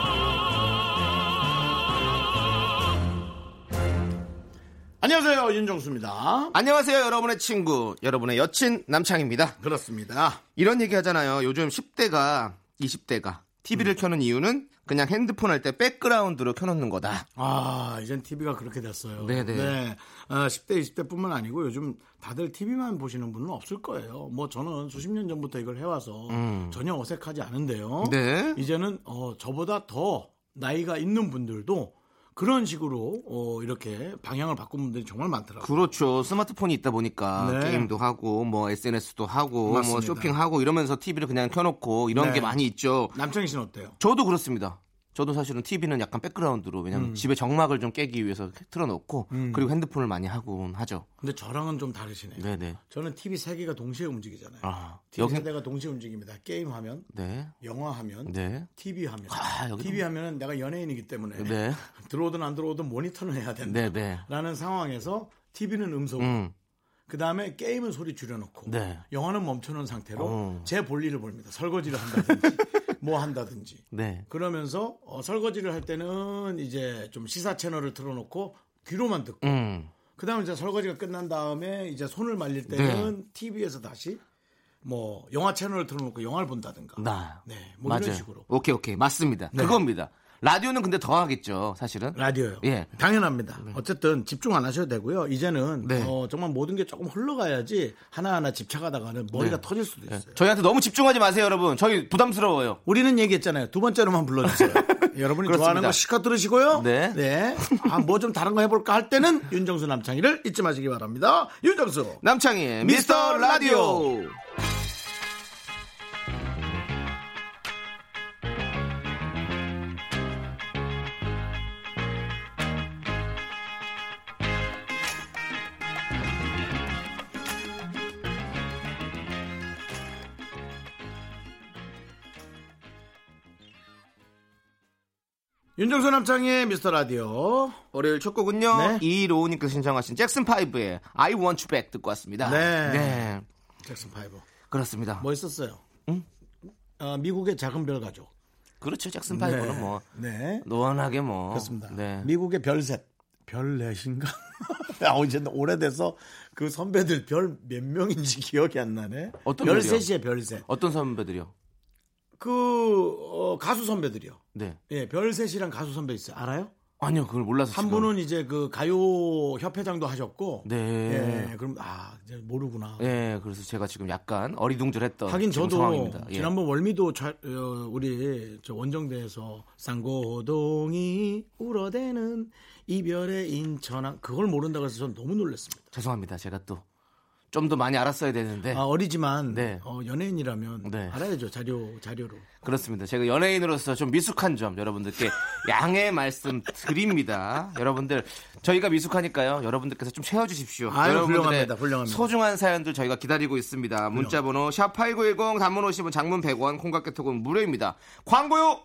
안녕하세요 윤정수입니다 안녕하세요, 여러분의 친구, 여러분의 여친 남창입니다. 그렇습니다 이런 얘기 하잖아요. 요즘 10대가 20대가 음. TV를 켜는 이유는 그냥 핸드폰 할 때 백그라운드로 켜놓는 거다. 아 이젠 TV가 그렇게 됐어요 네네. 네. 아, 10대 20대뿐만 아니고 요즘 다들 TV만 보시는 분은 없을 거예요 뭐 저는 수십 년 전부터 이걸 해와서 전혀 어색하지 않은데요 음. 네. 이제는 어, 저보다 더 나이가 있는 분들도 그런 식으로 어, 이렇게 방향을 바꾼 분들이 정말 많더라고요 그렇죠. 스마트폰이 있다 보니까 네. 게임도 하고 뭐 SNS도 하고 뭐 맞습니다. 쇼핑하고 이러면서 TV를 그냥 켜놓고 이런 네. 게 많이 있죠. 남창희 씨는 어때요? 저도 그렇습니다. 저도 사실은 TV는 약간 백그라운드로 왜냐면 음. 집에 정막을 좀 깨기 위해서 틀어놓고 그리고 핸드폰을 많이 하곤 하죠. 근데 저랑은 좀 다르시네요 네네. 저는 TV 세 개가 동시에 움직이잖아요. 아, TV 여기- 세 대가 동시에 움직입니다. 게임 하면, 네. 영화 하면, 네. TV 하면. 아, 여기 TV 하면은 내가 연예인이기 때문에 네. 들어오든 안 들어오든 모니터는 해야 된다. 네네. 라는 상황에서 TV는 음성, 음. 그 다음에 게임은 소리 줄여놓고, 네. 영화는 멈춰놓은 상태로 어. 제 볼일을 봅니다. 설거지를 한다든지, 뭐 한다든지. 네. 그러면서 어, 설거지를 할 때는 이제 좀 시사 채널을 틀어놓고 귀로만 듣고, 음. 그다음에 이제 설거지가 끝난 다음에 이제 손을 말릴 네. 때는 TV에서 다시 뭐 영화 채널을 틀어놓고 영화를 본다든가. 나. 네, 뭐 맞아요. 이런 식으로 오케이, 오케이. 맞습니다. 네. 그겁니다. 라디오는 근데 더 하겠죠, 사실은. 라디오요. 예. 당연합니다. 어쨌든 집중 안 하셔도 되고요. 이제는 네. 어, 정말 모든 게 조금 흘러가야지 하나하나 집착하다가는 머리가 네. 터질 수도 예. 있어요. 저희한테 너무 집중하지 마세요, 여러분. 저희 부담스러워요. 우리는 얘기했잖아요. 두 번째로만 불러주세요. 여러분이 그렇습니다. 좋아하는 거 시카 들으시고요. 네. 아, 뭐 좀 다른 거 해볼까 할 때는 윤정수 남창희를 잊지 마시기 바랍니다. 윤정수. 남창희의 미스터 라디오. 윤정수 남창희의 미스터 라디오. 월요일 첫 곡은요. 네. 이로우님께서 신청하신 잭슨5의 I Want You Back 듣고 왔습니다. 네. 네. 잭슨 파이브. 그렇습니다. 뭐 있었어요? 아, 미국의 작은 별 가족. 그렇죠. 잭슨5는 뭐. 네. 노원하게 뭐. 그렇습니다. 네. 미국의 별셋. 별넷인가? 아, 이제 오래돼서 그 선배들 별 몇 명인지 기억이 안 나네. 어떤 별셋이에요, 별셋. 어떤 선배들이요? 그 어, 가수 선배들이요. 네. 예, 별셋이랑 가수 선배 있어요. 알아요? 아니요, 그걸 몰라서. 한 지금. 분은 이제 그 가요 협회장도 하셨고 네. 예, 그럼 아, 이제 모르구나. 예, 그래서 제가 지금 약간 어리둥절했던 하긴 지금 저도 상황입니다. 예. 지난번 월미도 자- 어, 우리 저 원정대에서 쌍고동이 울어대는 이별의 인천항 그걸 모른다고 해서 전 너무 놀랐습니다. 죄송합니다. 제가 또 좀 더 많이 알았어야 되는데 아, 어리지만 네. 어, 연예인이라면 네. 알아야죠 자료 자료로. 그렇습니다. 제가 연예인으로서 좀 미숙한 점 여러분들께 양해 말씀 드립니다. 여러분들 저희가 미숙하니까요. 여러분들께서 좀 채워주십시오. 아유, 여러분들의 훌륭합니다. 훌륭합니다. 소중한 사연들 저희가 기다리고 있습니다. 문자번호 샵 #8910 단문 50원, 장문 100원, 콩깍개톡은 무료입니다. 광고요.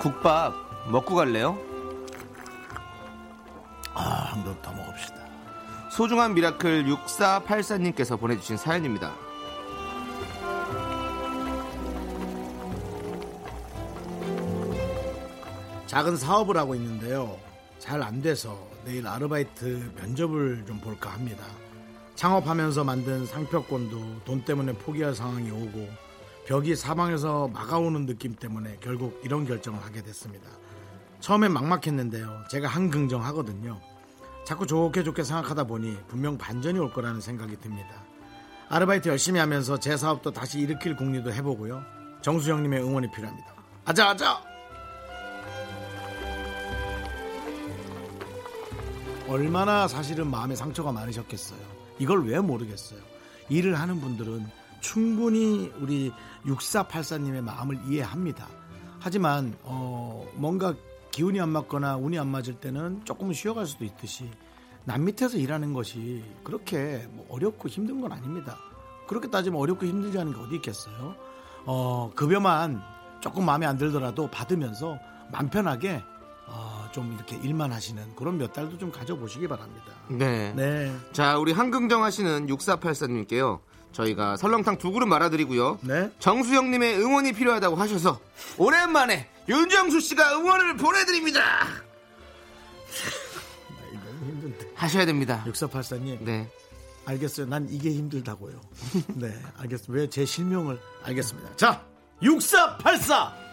국밥 먹고 갈래요? 아, 한 그릇 더 먹읍시다. 소중한 미라클 6484님께서 보내주신 사연입니다. 작은 사업을 하고 있는데요. 잘 안 돼서 내일 아르바이트 면접을 좀 볼까 합니다. 창업하면서 만든 상표권도 돈 때문에 포기할 상황이 오고 벽이 사방에서 막아오는 느낌 때문에 결국 이런 결정을 하게 됐습니다. 처음엔 막막했는데요. 제가 한긍정하거든요. 자꾸 좋게 좋게 생각하다 보니 분명 반전이 올 거라는 생각이 듭니다. 아르바이트 열심히 하면서 제 사업도 다시 일으킬 궁리도 해보고요. 정수영님의 응원이 필요합니다. 아자 아자! 얼마나 사실은 마음에 상처가 많으셨겠어요. 이걸 왜 모르겠어요. 일을 하는 분들은 충분히 우리 6484님의 마음을 이해합니다. 하지만 어, 뭔가 기운이 안 맞거나 운이 안 맞을 때는 조금은 쉬어갈 수도 있듯이 남 밑에서 일하는 것이 그렇게 뭐 어렵고 힘든 건 아닙니다. 그렇게 따지면 어렵고 힘들지 않은 게 어디 있겠어요? 어, 급여만 조금 마음에 안 들더라도 받으면서 맘 편하게 어, 좀 이렇게 일만 하시는 그런 몇 달도 좀 가져보시기 바랍니다. 네. 네. 자, 우리 한금정 하시는 6484님께요. 저희가 설렁탕 두 그릇 말아드리고요. 네. 정수영님의 응원이 필요하다고 하셔서 오랜만에 윤정수 씨가 응원을 보내드립니다. 너무 힘든데. 하셔야 됩니다. 6484님. 네. 알겠어요. 난 이게 힘들다고요. 네. 알겠습니다. 왜 제 실명을 알겠습니다. 자, 6484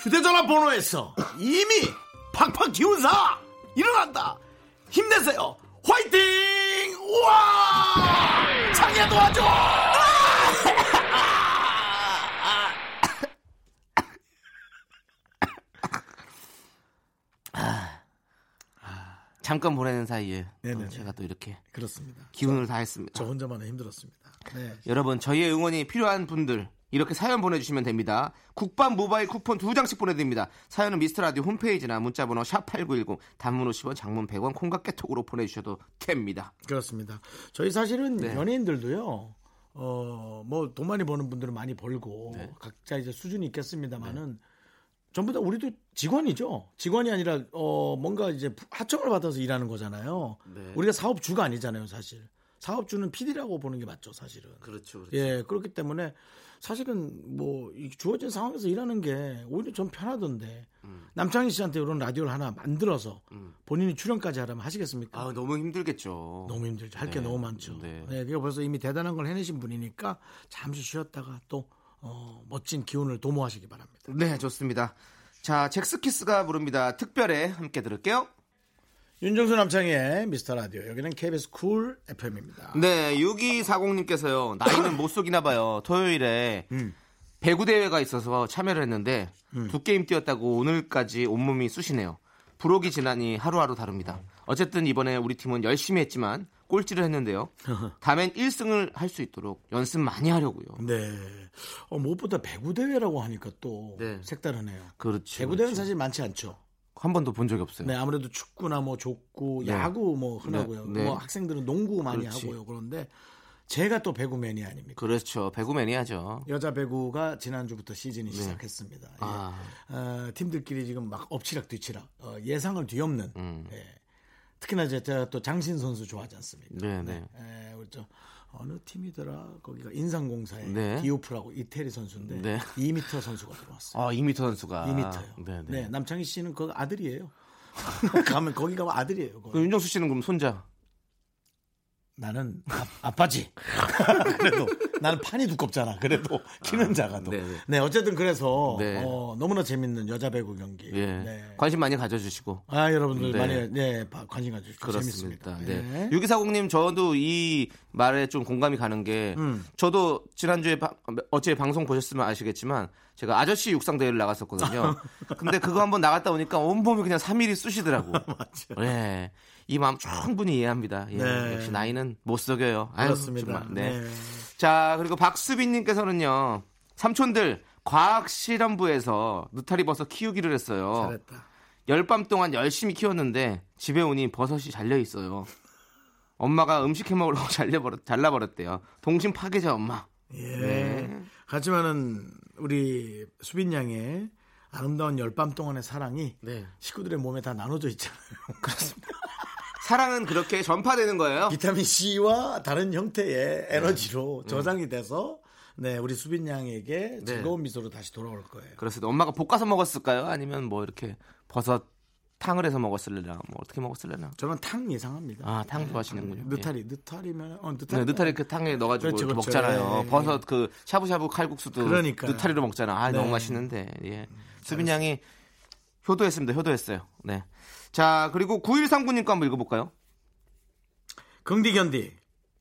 휴대전화 번호에서 이미 팍팍 기운사 일어난다. 힘내세요. 화이팅! 우와! 창야 도와줘! 잠깐 보내는 사이에 또 네네네. 제가 또 이렇게 그렇습니다. 기운을 다했습니다. 저 혼자만은 힘들었습니다. 네. 여러분 저희의 응원이 필요한 분들 이렇게 사연 보내주시면 됩니다. 국밥 모바일 쿠폰 두 장씩 보내드립니다. 사연은 미스터라디오 홈페이지나 문자번호 샵8910 단문 50원 장문 100원 콩깍개톡으로 보내주셔도 됩니다. 그렇습니다. 저희 사실은 네. 연예인들도요. 어, 뭐, 돈 많이 버는 분들은 많이 벌고, 네. 각자 이제 수준이 있겠습니다만은, 전부 다 우리도 직원이죠. 직원이 아니라, 어, 뭔가 이제 하청을 받아서 일하는 거잖아요. 네. 우리가 사업주가 아니잖아요, 사실. 사업주는 PD라고 보는 게 맞죠, 사실은. 그렇죠. 그렇죠. 예, 그렇기 때문에 사실은 뭐이 주어진 상황에서 일하는 게 오히려 좀 편하던데, 음. 남창희 씨한테 이런 라디오를 하나 만들어서 본인이 출연까지 하라면 하시겠습니까? 아 너무 힘들겠죠. 너무 힘들죠. 할 게 네. 너무 많죠. 네. 네. 그게 벌써 이미 대단한 걸 해내신 분이니까 잠시 쉬었다가 또 어, 멋진 기운을 도모하시기 바랍니다. 네 좋습니다. 자 잭스키스가 부릅니다. 특별해 함께 들을게요. 윤정수 남창희의 미스터 라디오. 여기는 KBS 쿨 FM입니다. 네 6240님께서요 나이는 못 속이나 봐요. 토요일에 배구 대회가 있어서 참여를 했는데 두 게임 뛰었다고 오늘까지 온몸이 쑤시네요. 부록이 지나니 하루하루 다릅니다. 어쨌든 이번에 우리 팀은 열심히 했지만 꼴찌를 했는데요. 다음엔 1승을 할 수 있도록 연습 많이 하려고요. 네. 어, 무엇보다 배구 대회라고 하니까 또 네. 색다르네요. 그렇죠. 배구 대회는 사실 많지 않죠. 한 번도 본 적이 없어요. 네, 아무래도 축구나 뭐 족구, 네. 야구 뭐 흔하고요. 네, 네. 뭐 학생들은 농구 많이 그렇지. 하고요. 그런데 제가 또 배구 매니아 아닙니까? 그렇죠. 배구 매니아죠. 여자 배구가 지난주부터 시즌이 시작했습니다. 예. 아. 어, 팀들끼리 지금 막 엎치락 뒤치락 어, 예상을 뒤엎는. 음. 예. 특히나 이제 제가 또 장신 선수 좋아하지 않습니까? 네, 네. 예, 우리 저 어느 팀이더라? 거기가 인상공사의 네. 디오프라고 이태리 선수인데 네. 2미터 선수가 들어왔어요. 아, 2미터 선수가. 2미터요. 네, 네, 네. 남창희 씨는 그 아들이에요. 가면 거기 가면 아들이에요. 거의. 그럼 윤정수 씨는 그럼 손자. 나는 아, 빠지 그래도 나는 판이 두껍잖아. 그래도 키는 작아도. 네네. 네, 어쨌든 그래서 네. 어, 너무나 재밌는 여자 배구 경기. 예. 네. 관심 많이 가져주시고. 아 여러분들 네. 많이 네, 바- 관심 가져주시고 그렇습니다. 재밌습니다. 네. 네. 6240님, 저도 이 말에 좀 공감이 가는 게, 음. 저도 지난주에, 바- 어제 방송 보셨으면 아시겠지만, 제가 아저씨 육상대회를 나갔었거든요. 근데 그거 한번 나갔다 오니까 온몸이 그냥 3일이 쑤시더라고. 맞죠. 예. 이 마음 충분히 이해합니다. 예. 아. 네. 역시 나이는 못 속여요. 아유, 그렇습니다. 정말. 네. 네. 자, 그리고 박수빈님께서는요, 삼촌들, 과학실험부에서 느타리 버섯 키우기를 했어요. 잘했다. 열밤 동안 열심히 키웠는데 집에 오니 버섯이 잘려 있어요. 엄마가 음식 해 먹으려고 잘려버렸, 잘라버렸대요. 동심 파괴자 엄마. 예. 네. 하지만은 우리 수빈 양의 아름다운 열밤 동안의 사랑이 네. 식구들의 몸에 다 나눠져 있잖아요. 그렇습니다. 사랑은 그렇게 전파되는 거예요. 비타민 C와 다른 형태의 네. 음. 에너지로 저장이 돼서 네 우리 수빈 네. 양에게 즐거운 미소로 다시 돌아올 거예요. 그래서 엄마가 볶아서 먹었을까요? 아니면 뭐 이렇게 버섯 탕을 해서 먹었을래나? 뭐 어떻게 먹었을래나? 저는 탕 예상합니다. 아, 탕 좋아하시는군요. 느타리, 느타리면 어, 예. 느타리. 네, 느타리 그 탕에 넣어가지고 그렇죠, 그렇죠. 이렇게 먹잖아요. 예, 예. 버섯 그 샤브샤브 칼국수도 그러니까요. 느타리로 먹잖아. 아, 네. 음, 너무 맛있는데. 예. 수빈 양이 효도했습니다. 효도했어요. 네. 자, 그리고 9139님 거 한번 읽어볼까요? 긍디 견디.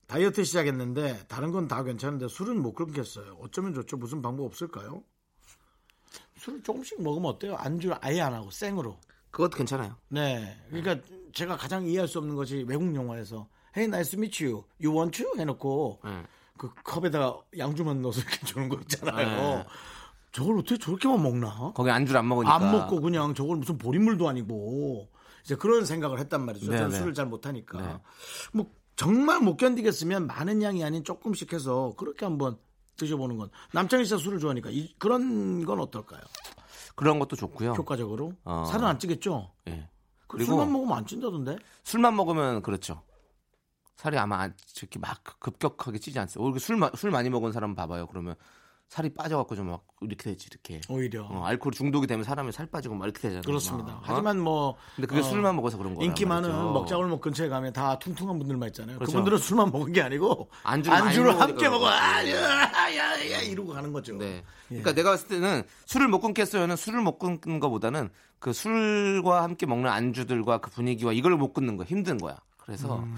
다이어트 시작했는데 다른 건 다 괜찮은데 술은 못 끊겠어요. 어쩌면 좋죠? 무슨 방법 없을까요? 술을 조금씩 먹으면 어때요? 안주 아예 안 하고 생으로. 그것도 괜찮아요. 네. 그러니까 제가 가장 이해할 수 없는 것이 외국 영화에서 Hey, nice to meet you. You want you? 해놓고 네. 그 컵에다가 양주만 넣어서 이렇게 주는 거 있잖아요. 네. 저걸 어떻게 저렇게만 먹나? 거기 안주를 안 먹으니까. 안 먹고 그냥 저걸 무슨 보리물도 아니고 이제 그런 생각을 했단 말이죠. 저는 네, 네. 술을 잘 못하니까. 네. 뭐 정말 못 견디겠으면 많은 양이 아닌 조금씩 해서 그렇게 한번 드셔보는 건 남창희 씨가 술을 좋아하니까 이- 그런 건 어떨까요? 그런 것도 좋고요. 효과적으로 어. 살은 안 찌겠죠. 예. 그 그리고- 술만 먹으면 안 찐다던데. 술만 먹으면 그렇죠. 살이 아마 안- 이렇게 막 급격하게 찌지 않습니다. 오히려 술, 마- 술 많이 먹은 사람 봐봐요. 그러면 살이 빠져갖고 좀 막 이렇게 되지 이렇게. 오히려 어, 알코올 중독이 되면 사람이 살 빠지고 막 이렇게 되잖아요. 어? 그렇습니다. 막. 하지만 뭐 근데 그게 어, 술만 먹어서 그런 거예요. 인기 많은 먹자골목 근처에 가면 다 퉁퉁한 분들만 있잖아요. 그 그렇죠. 분들은 술만 먹은 게 아니고 안주를 많이 먹으니까 함께 먹어. 그런 아, 야, 야, 야, 이러고 가는 거죠. 네. 그러니까 내가 봤을 때는 술을 못 끊겠어요는 술을 못 끊는 것보다는 그 술과 함께 먹는 안주들과 그 분위기와 이걸 못 끊는 거 힘든 거야. 그래서 음.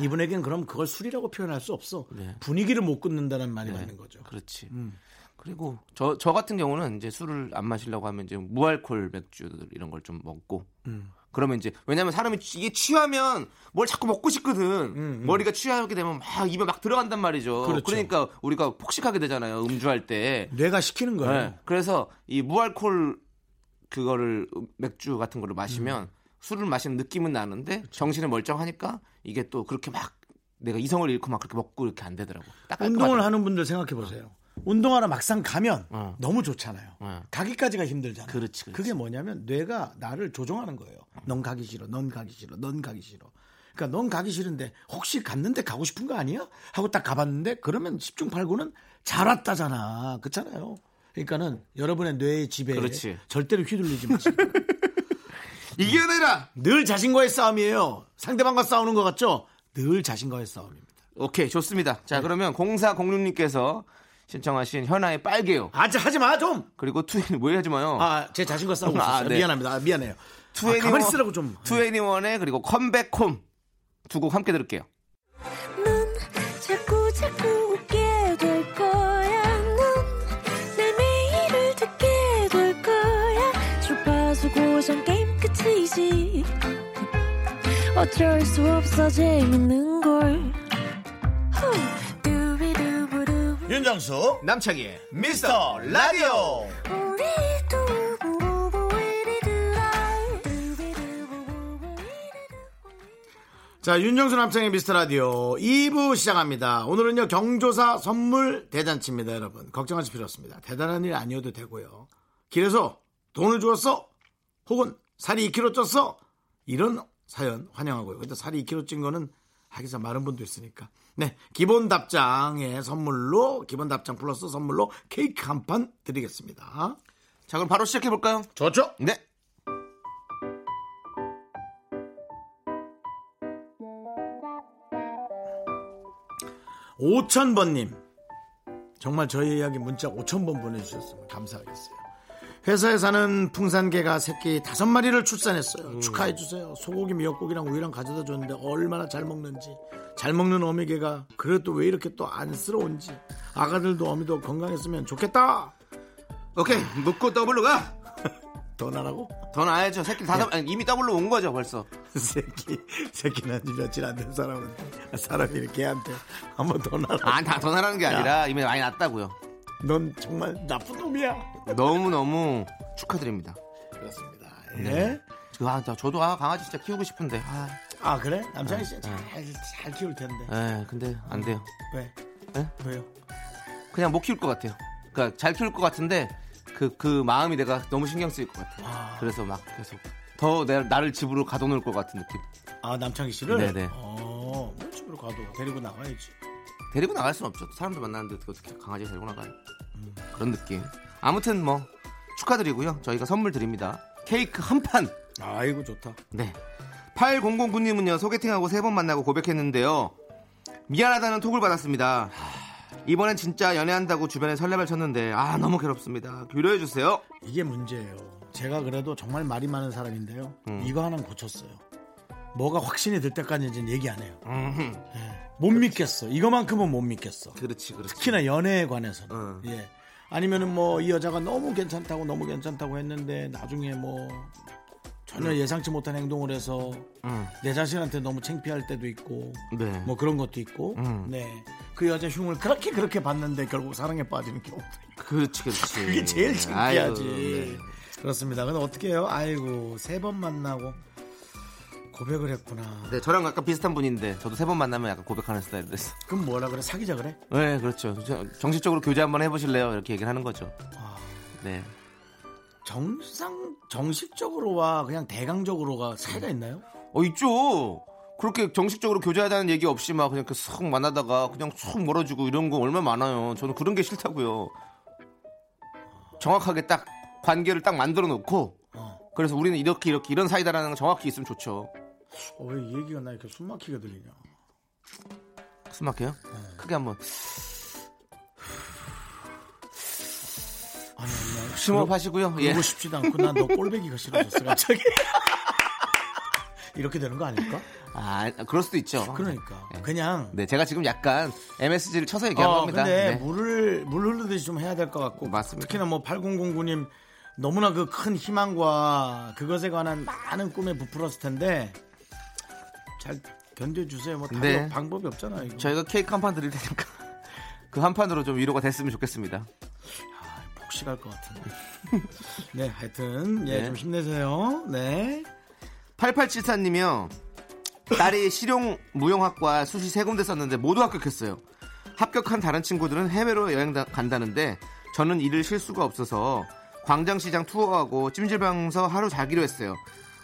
이분에겐 그럼 그걸 술이라고 표현할 수 없어. 네. 분위기를 못 끊는다는 말이 맞는 거죠. 음. 그렇지. 그리고 저, 저 같은 경우는 이제 술을 안 마시려고 하면 이제 무알콜 맥주들 이런 걸 좀 먹고 음. 그러면 이제 왜냐면 사람이 취- 이게 취하면 뭘 자꾸 먹고 싶거든 머리가 취하게 되면 막 입에 막 들어간단 말이죠 음, 그렇죠. 러니까 우리가 폭식하게 되잖아요 음주할 때 뇌가 시키는 거예요. 네. 그래서 이 무알콜 그거를 음, 맥주 같은 거를 마시면 술을 마시는 느낌은 나는데 정신이 멀쩡하니까 이게 또 그렇게 막 내가 이성을 잃고 막 그렇게 먹고 이렇게 안 되더라고 딱 운동을 하는 분들 생각해 보세요. 운동하러 막상 가면 어. 너무 좋잖아요. 어. 가기까지가 힘들잖아요. 그렇지, 그렇지. 게 뭐냐면 뇌가 나를 조종하는 거예요. 넌 가기 싫어, 넌 가기 싫어, 넌 가기 싫어. 그러니까 넌 가기 싫은데 혹시 갔는데 가고 싶은 거 아니야? 하고 딱 가봤는데 그러면 10중 8구는 잘 왔다잖아. 그렇잖아요. 그러니까는 여러분의 뇌의 지배에 그렇지. 절대로 휘둘리지 마시고 음. 이겨내라 늘 자신과의 싸움이에요. 상대방과 싸우는 것 같죠? 늘 자신과의 싸움입니다. 오케이 좋습니다. 자 그러면 0406님께서 신청하신 현아의 빨개요 아, 자, 하지 마, 좀! 그리고 투애니 왜 하지 마요? 아, 제 자신과 싸우고 아, 있었어요. 네. 미안합니다. 아, 미안해요. 아, 투애니원- 가만히 쓰라고 좀. 투애니원의 그리고 컴백홈 두 곡 함께 들을게요. 넌 자꾸 자꾸 웃게 될 거야. 넌내 매일을 듣게 될 거야. 주파수 고정 게임 끝이지. 어쩔 수 없어 재밌는 걸. 후. 두비두부두. 윤정수, 남창희의 미스터 라디오! 우리 두부부부 우리들아. 두비두부부부 우리들아. 자, 윤정수 남창의 미스터 라디오 2부 시작합니다. 오늘은요, 경조사 선물 대잔치입니다, 여러분. 걱정하실 필요 없습니다. 대단한 일 아니어도 되고요. 길에서 돈을 주었어? 혹은 살이 2kg 쪘어? 이런 사연 환영하고요. 근데 살이 2kg 찐 거는 하기사 많은 분도 있으니까. 네, 기본 답장의 선물로, 기본 답장 플러스 선물로 케이크 한 판 드리겠습니다. 자 그럼 바로 시작해 볼까요? 좋죠? 네. 오천번님 정말 저희 이야기 문자 오천번 보내주셨으면 감사하겠어요. 회사에 사는 풍산개가 새끼 다섯 마리를 출산했어요. 축하해주세요. 소고기, 미역국이랑 우유랑 가져다 줬는데 얼마나 잘 먹는지. 잘 먹는 어미개가 그래도 왜 이렇게 또 안쓰러운지. 아가들도 어미도 건강했으면 좋겠다. 오케이 묻고 더블로 가. 네. 더 나라고? 더 나야죠. 새끼 다섯 아니, 이미 더블로 온 거죠 벌써. 새끼, 새끼는 아직 며칠 안 된 사람은 사람이 개한테 한번 더 나라. 아더 나라는 게 아니라 이미 많이 났다고요. 넌 정말 나쁜 놈이야. 너무 너무 축하드립니다. 그렇습니다. 예. 아, 저- 저도 아, 강아지 진짜 키우고 싶은데 아, 아 그래? 남창희 씨잘잘 키울 텐데 에, 예, 근데 안 돼요. 왜? 에? 왜요? 그냥 못 키울 것 같아요. 그러니까 잘 키울 것 같은데 그 그 마음이 내가 너무 신경 쓰일 것 같아요. 그래서 막 계속 더 내, 나를 집으로 가둬놓을 것 같은 느낌. 아 남창희 씨를? 네네. 어, 뭐 집으로 가도 데리고 나가야지. 데리고 나갈 순 없죠. 사람들 만나는데 어떻게 어떻게 강아지 데리고 나가요? 그런 느낌. 아무튼 뭐 축하드리고요. 저희가 선물 드립니다. 케이크 한 판. 아이고 좋다. 네. 8009님은요 소개팅하고 세 번 만나고 고백했는데요 미안하다는 톡을 받았습니다 이번엔 진짜 연애한다고 주변에 설레발 쳤는데 아 너무 괴롭습니다 교류해주세요 이게 문제예요. 제가 그래도 정말 말이 많은 사람인데요. 이거 하나 는 고쳤어요. 뭐가 확신이 들 때까지는 얘기 안 해요. 못 믿겠어. 이거만큼은 못 믿겠어. 그렇지 그렇지 특히나 연애에 관해서는. 어. 예. 아니면은 뭐 이 여자가 너무 괜찮다고 너무 괜찮다고 했는데 나중에 뭐 전혀 예상치 못한 행동을 해서 음. 내 자신한테 너무 창피할 때도 있고 네. 음. 뭐 그런 것도 있고 네. 그 여자 흉을 그렇게 그렇게 봤는데 결국 사랑에 빠지는 경우도 있고 그렇지, 그렇지. 그게 제일 창피하지 아이고, 예. 네. 그렇습니다 근데 어떻게 해요 아이고 세 번 만나고 고백을 했구나 네, 저랑 약간 비슷한 분인데 저도 세 번 만나면 약간 고백하는 스타일 됐어. 그럼 뭐라 그래 사귀자 그래 네, 그렇죠. 저- 정신적으로 교제 한번 해보실래요? 이렇게 얘기를 하는 거죠. 아, 네. 정상 정식적으로와 그냥 대강적으로가 차이가 있나요? 어 있죠. 그렇게 정식적으로 교제하자는 얘기 없이 막 그냥 쏙 만나다가 그냥 쏙 멀어지고 이런 거 얼마 나 많아요. 저는 그런 게 싫다고요. 정확하게 딱 관계를 딱 만들어 놓고 어. 그래서 우리는 이렇게 이렇게 이런 사이다라는 거 정확히 있으면 좋죠. 어, 왜 이 얘기가 나 이렇게 숨막히게 들리냐? 숨 막혀요? 네. 크게 한번 아니, 나 심호흡 하시고요. 그러- 예. 그러고 싶지도 않고 난 너 꼴배기가 싫어졌어 갑자기. 이렇게 되는 거 아닐까? 아, 그럴 수도 있죠. 그러니까 네. 그냥 네, 제가 지금 약간 MSG를 쳐서 얘기한 어, 겁니다. 근데 네. 물을 물 흐르듯이 좀 해야 될 것 같고 맞습니다. 특히나 뭐 8009님 너무나 그 큰 희망과 그것에 관한 많은 꿈에 부풀었을 텐데 잘 견뎌주세요. 뭐 다른 네. 방법이 없잖아요. 이거. 저희가 케이크 한 판 드릴 테니까 그 한 판으로 좀 위로가 됐으면 좋겠습니다. 아, 폭식할 것 같은데. 네, 하여튼 예, 네. 좀 힘내세요. 네. 8874님이요. 딸이 실용 무용학과 수시 세 군데 썼는데 모두 합격했어요. 합격한 다른 친구들은 해외로 여행 다- 간다는데 저는 이를 쉴 수가 없어서 광장시장 투어하고 찜질방서 하루 자기로 했어요.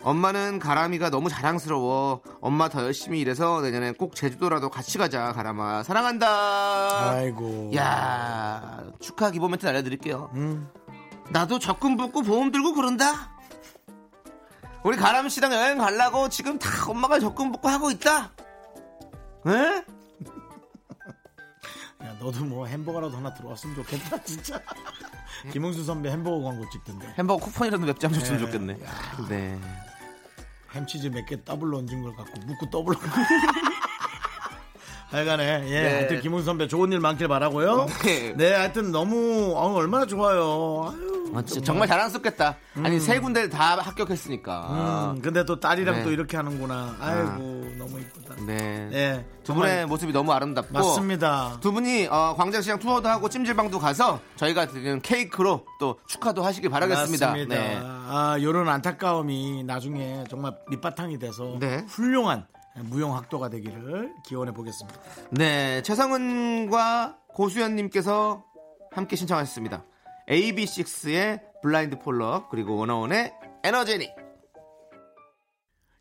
엄마는 가람이가 너무 자랑스러워. 엄마 더 열심히 일해서 내년엔 꼭 제주도라도 같이 가자. 가람아 사랑한다. 아이고. 야 음. 축하 기본 멘트 알려드릴게요. 나도 적금 붓고 보험 들고 그런다. 우리 가람 씨랑 여행 가려고 지금 다 엄마가 적금 붓고 하고 있다. 에? 야, 너도 뭐 햄버거라도 하나 들어왔으면 좋겠다, 진짜. 김홍수 선배 햄버거 광고 찍던데. 햄버거 쿠폰이라도 몇 장 줬으면 네. 좋겠네. 네. 햄치즈 몇 개 더블로 얹은 걸 갖고 묻고 더블로. 하여간에, 예. 네. 하여튼 김홍수 선배 좋은 일 많길 바라고요. 네. 하여튼 너무, 어, 얼마나 좋아요. 아유. 아, 진짜 정말 자랑스럽겠다. 아니 세 군데를 다 합격했으니까. 음, 근데 또 딸이랑 네. 또 이렇게 하는구나. 아이고, 너무 이쁘다. 네. 예. 두 분의 정말 모습이 너무 아름답고 맞습니다. 두 분이 어, 광장시장 투어도 하고 찜질방도 가서 저희가 드리는 케이크로 또 축하도 하시길 바라겠습니다. 네. 맞습니다. 아, 요런 안타까움이 나중에 정말 밑바탕이 돼서 네. 훌륭한 무용학도가 되기를 기원해 보겠습니다. 네, 최성은과 고수연님께서 함께 신청하셨습니다. AB6의 블라인드 폴럭 그리고 원어원의 에너제닉.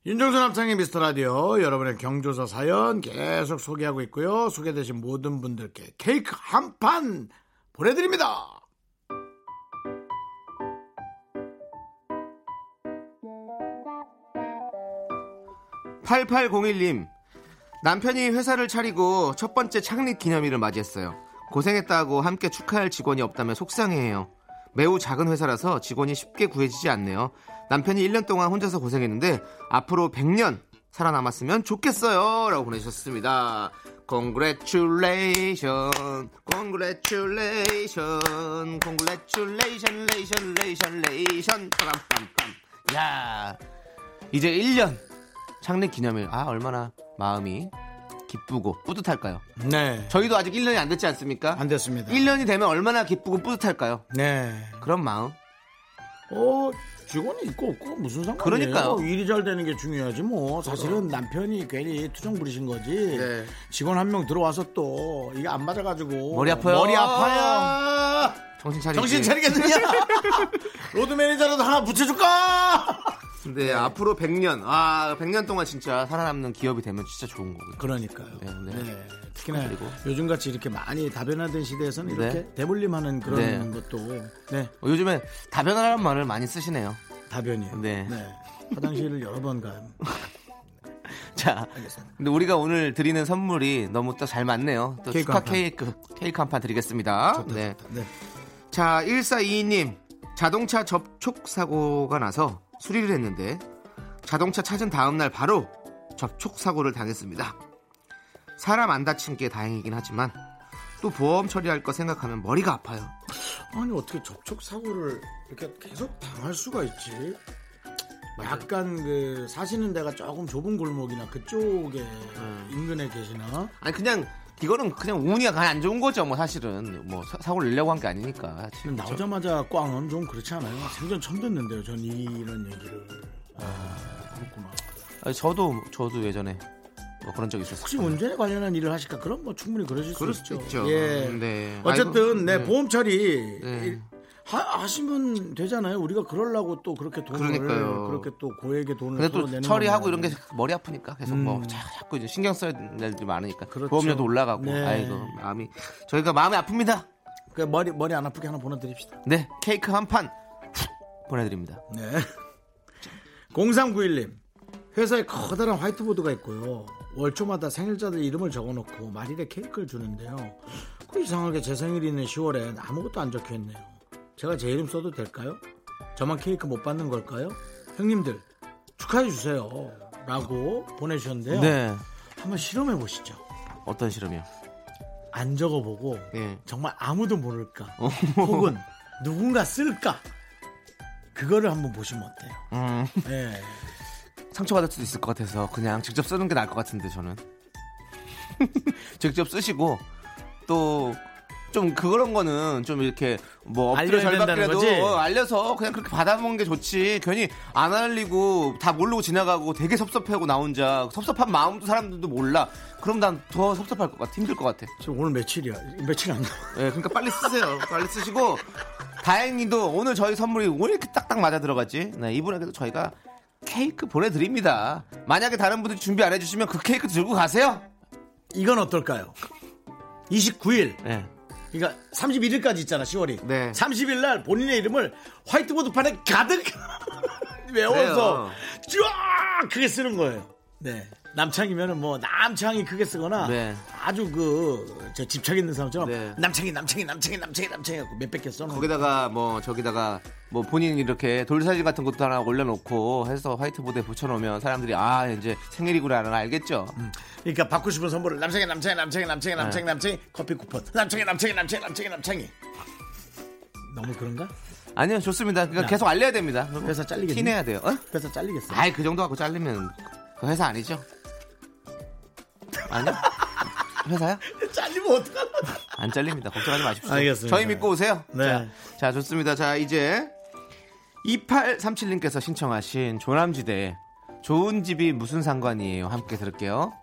윤정수 남창의 미스터 라디오 여러분의 경조사 사연 계속 소개하고 있고요. 소개되신 모든 분들께 케이크 한 판 보내드립니다. 팔8 0 1님 남편이 회사를 차리고 첫 번째 창립 기념일을 맞이했어요. 고생했다고 함께 축하할 직원이 없다며 속상해해요. 매우 작은 회사라서 직원이 쉽게 구해지지 않네요. 남편이 1년 동안 혼자서 고생했는데 앞으로 100년 살아남았으면 좋겠어요. 라고 보내주셨습니다. Congratulation, congratulation, congratulation, 레이션, 레이션, 레이션. 빰빰빰. 야 이제 1년 창립 기념일 아 얼마나 마음이 기쁘고 뿌듯할까요? 네. 저희도 아직 1년이 안 됐지 않습니까? 안 됐습니다. 1년이 되면 얼마나 기쁘고 뿌듯할까요? 네. 그런 마음. 어, 직원이 있고 없고 무슨 상관이에요? 뭐 그러니까요. 일이 잘 되는 게 중요하지 뭐. 사실은 남편이 괜히 투정 부리신 거지. 네. 직원 한 명 들어와서 또 이게 안 맞아가지고 머리 아파요. 머리 아파요. 정신 차리. 정신 차리겠느냐? 로드 매니저라도 하나 붙여줄까? 근데 네, 앞으로 100년 아 100년 동안 진짜 살아남는 기업이 되면 진짜 좋은 거고요. 그러니까요. 네, 네, 네. 특히나 그리고. 요즘같이 이렇게 많이 다변화된 시대에서는 네. 이렇게 대물림하는 그런 네. 것도 네 어, 요즘에 다변화라는 말을 많이 쓰시네요. 다변이에요. 네. 네. 화장실을 여러 번 가요. 자, 근데 우리가 오늘 드리는 선물이 너무 또 잘 맞네요. 또 케이크 축하 한 판. 케이크 케이크 한 판 드리겠습니다. 네. 네. 자, 1422님. 자동차 접촉 사고가 나서 수리를 했는데 자동차 찾은 다음 날 바로 접촉 사고를 당했습니다. 사람 안 다친 게 다행이긴 하지만 또 보험 처리할 거 생각하면 머리가 아파요. 아니 어떻게 접촉 사고를 이렇게 계속 당할 수가 있지? 약간 그 사시는 데가 조금 좁은 골목이나 그쪽에 음. 인근에 계시나? 아니 그냥 이거는 그냥 운이 안 좋은 거죠 뭐 사실은 뭐 사, 고를 내려고 한 게 아니니까 근데 나오자마자 꽝은 좀 그렇지 않아요? 생전 처음 듣는데요, 전 이런 얘기를. 아, 그렇구나. 아니, 저도 저도 예전에 뭐 그런 적이 있었어요 혹시 운전에 관련한 일을 하실까? 그럼 뭐 충분히 그러실 수 그럴 있죠. 수도 있죠. 예. 네. 어쨌든 아이고, 네, 네. 보험 처리 네. 이- 하, 하시면 되잖아요. 우리가 그러려고 또 그렇게 돈을 그러니까요. 그렇게 또 고액의 돈을 근데 서로 또 내는 음, 처리하고 거는 이런 게 머리 아프니까 계속 뭐 자- 자꾸 이제 신경 써야 될 일이 많으니까 그렇죠. 보험료도 올라가고 네. 아이고 마음이 저희가 마음이 아픕니다. 그 머리 머리 안 아프게 하나 보내드립시다. 네 케이크 한 판 보내드립니다. 네. 0391님 회사에 커다란 화이트보드가 있고요. 월초마다 생일자들 이름을 적어놓고 말일에 케이크를 주는데요. 그 이상하게 제 생일인 10월엔 아무것도 안 적혀있네요. 제가 제 이름 써도 될까요? 저만 케이크 못 받는 걸까요? 형님들 축하해 주세요. 라고 보내주셨는데요. 네 한번 실험해 보시죠. 어떤 실험이요? 안 적어보고 예. 어. 정말 아무도 모를까 혹은 누군가 쓸까 그거를 한번 보시면 어때요? 음, 예. 상처받을 수도 있을 것 같아서 그냥 직접 쓰는 게 나을 것 같은데 저는 직접 쓰시고 또 좀 그런 거는 좀 이렇게 뭐 엎드려 알려야 절박이라도 된다는 거지? 어, 알려서 그냥 그렇게 받아먹는 게 좋지 괜히 안 알리고 다 모르고 지나가고 되게 섭섭해하고 나 혼자 섭섭한 마음도 사람들도 몰라 그럼 난 더 섭섭할 것 같아 힘들 것 같아 지금 오늘 며칠이야? 며칠 안 나. 예 그러니까 빨리 쓰세요 빨리 쓰시고 다행히도 오늘 저희 선물이 왜 이렇게 딱딱 맞아 들어가지 네, 이분에게도 저희가 케이크 보내드립니다 만약에 다른 분들이 준비 안 해주시면 그 케이크 들고 가세요 이건 어떨까요? 29일 예 그러니까 31일까지 있잖아 10월이 네. 30일 날 본인의 이름을 화이트보드판에 가득 외워서 그래요. 쫙 크게 쓰는 거예요 네. 남창이면은 뭐 남창이 크게 쓰거나 네. 아주 그 저 집착 있는 사람처럼 네. 남창이 남창이 남창이 남창이 남창이 하고 몇백 개 써놓은 거기다가 뭐 저기다가 뭐 본인 이렇게 돌사진 같은 것도 하나 올려놓고 해서 화이트보드에 붙여놓으면 사람들이 아 이제 생일이구나는 알겠죠. 음. 그러니까 받고 싶은 선물을 남창이 남창이 남창이 네. 남창이 남창이 남창이 커피 쿠폰 남창이 남창이 남창이 남창이 남창이 너무 그런가? 아니요 좋습니다. 그러니까 계속 알려야 됩니다. 회사 잘리겠네. 티내야 돼요. 어? 회사 잘리겠어 아이 그 정도 갖고 잘리면 그 회사 아니죠? 아니요 회사야? 잘리면 어떡하나 안 잘립니다. 걱정하지 마십시오. 알겠습니다. 저희 믿고 오세요. 네. 자, 자, 좋습니다. 자, 이제 2837님께서 신청하신 조남지대 좋은 집이 무슨 상관이에요? 함께 들을게요.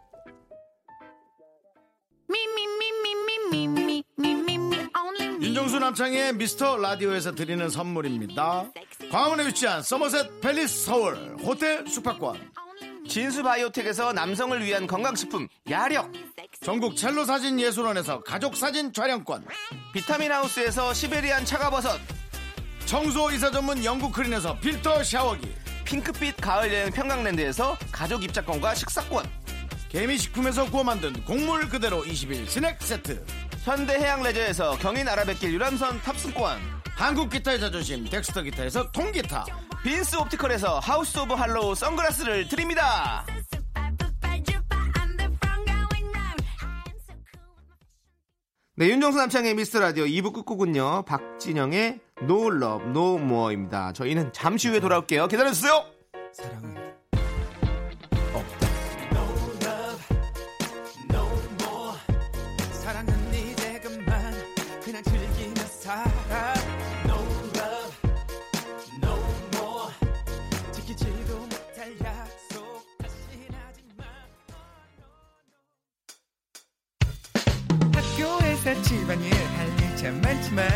윤정수 남창의 미스터 라디오에서 드리는 선물입니다 광화문에 위치한 서머셋 팰리스 서울 호텔 숙박권 진수바이오텍에서 남성을 위한 건강식품 야력 전국 첼로 사진 예술원에서 가족 사진 촬영권 비타민하우스에서 시베리안 차가버섯 청소 이사 전문 영국 크린에서 필터 샤워기 핑크빛 가을여행 평강랜드에서 가족 입장권과 식사권 개미식품에서 구워 만든 곡물 그대로 21 스낵 세트 현대해양레저에서 경인아라뱃길 유람선 탑승권 한국 기타의 자존심 덱스터 기타에서 통기타 빈스 옵티컬에서 하우스 오브 할로우 선글라스를 드립니다. 네, 윤정수 남창의 미스터 라디오 2부 끝곡은요. 박진영의 No Love No More입니다. 저희는 잠시 후에 돌아올게요. 기다려주세요. 사랑은 이제 그만 그냥 즐기며 살아 No love, no more 지키지도 못할 약속 다신 하지 마 학교에서 집안일 할 일 참 많지만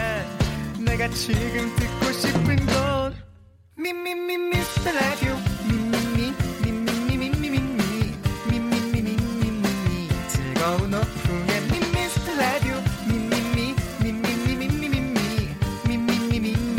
내가 지금 듣고 싶은 건 미미미 미스터 라디오 미미미 미미미 미미미 미미미 미미미 즐거운 오후에 미스터 라디오 미미미 미미미 미미미 미미미 미미미 예,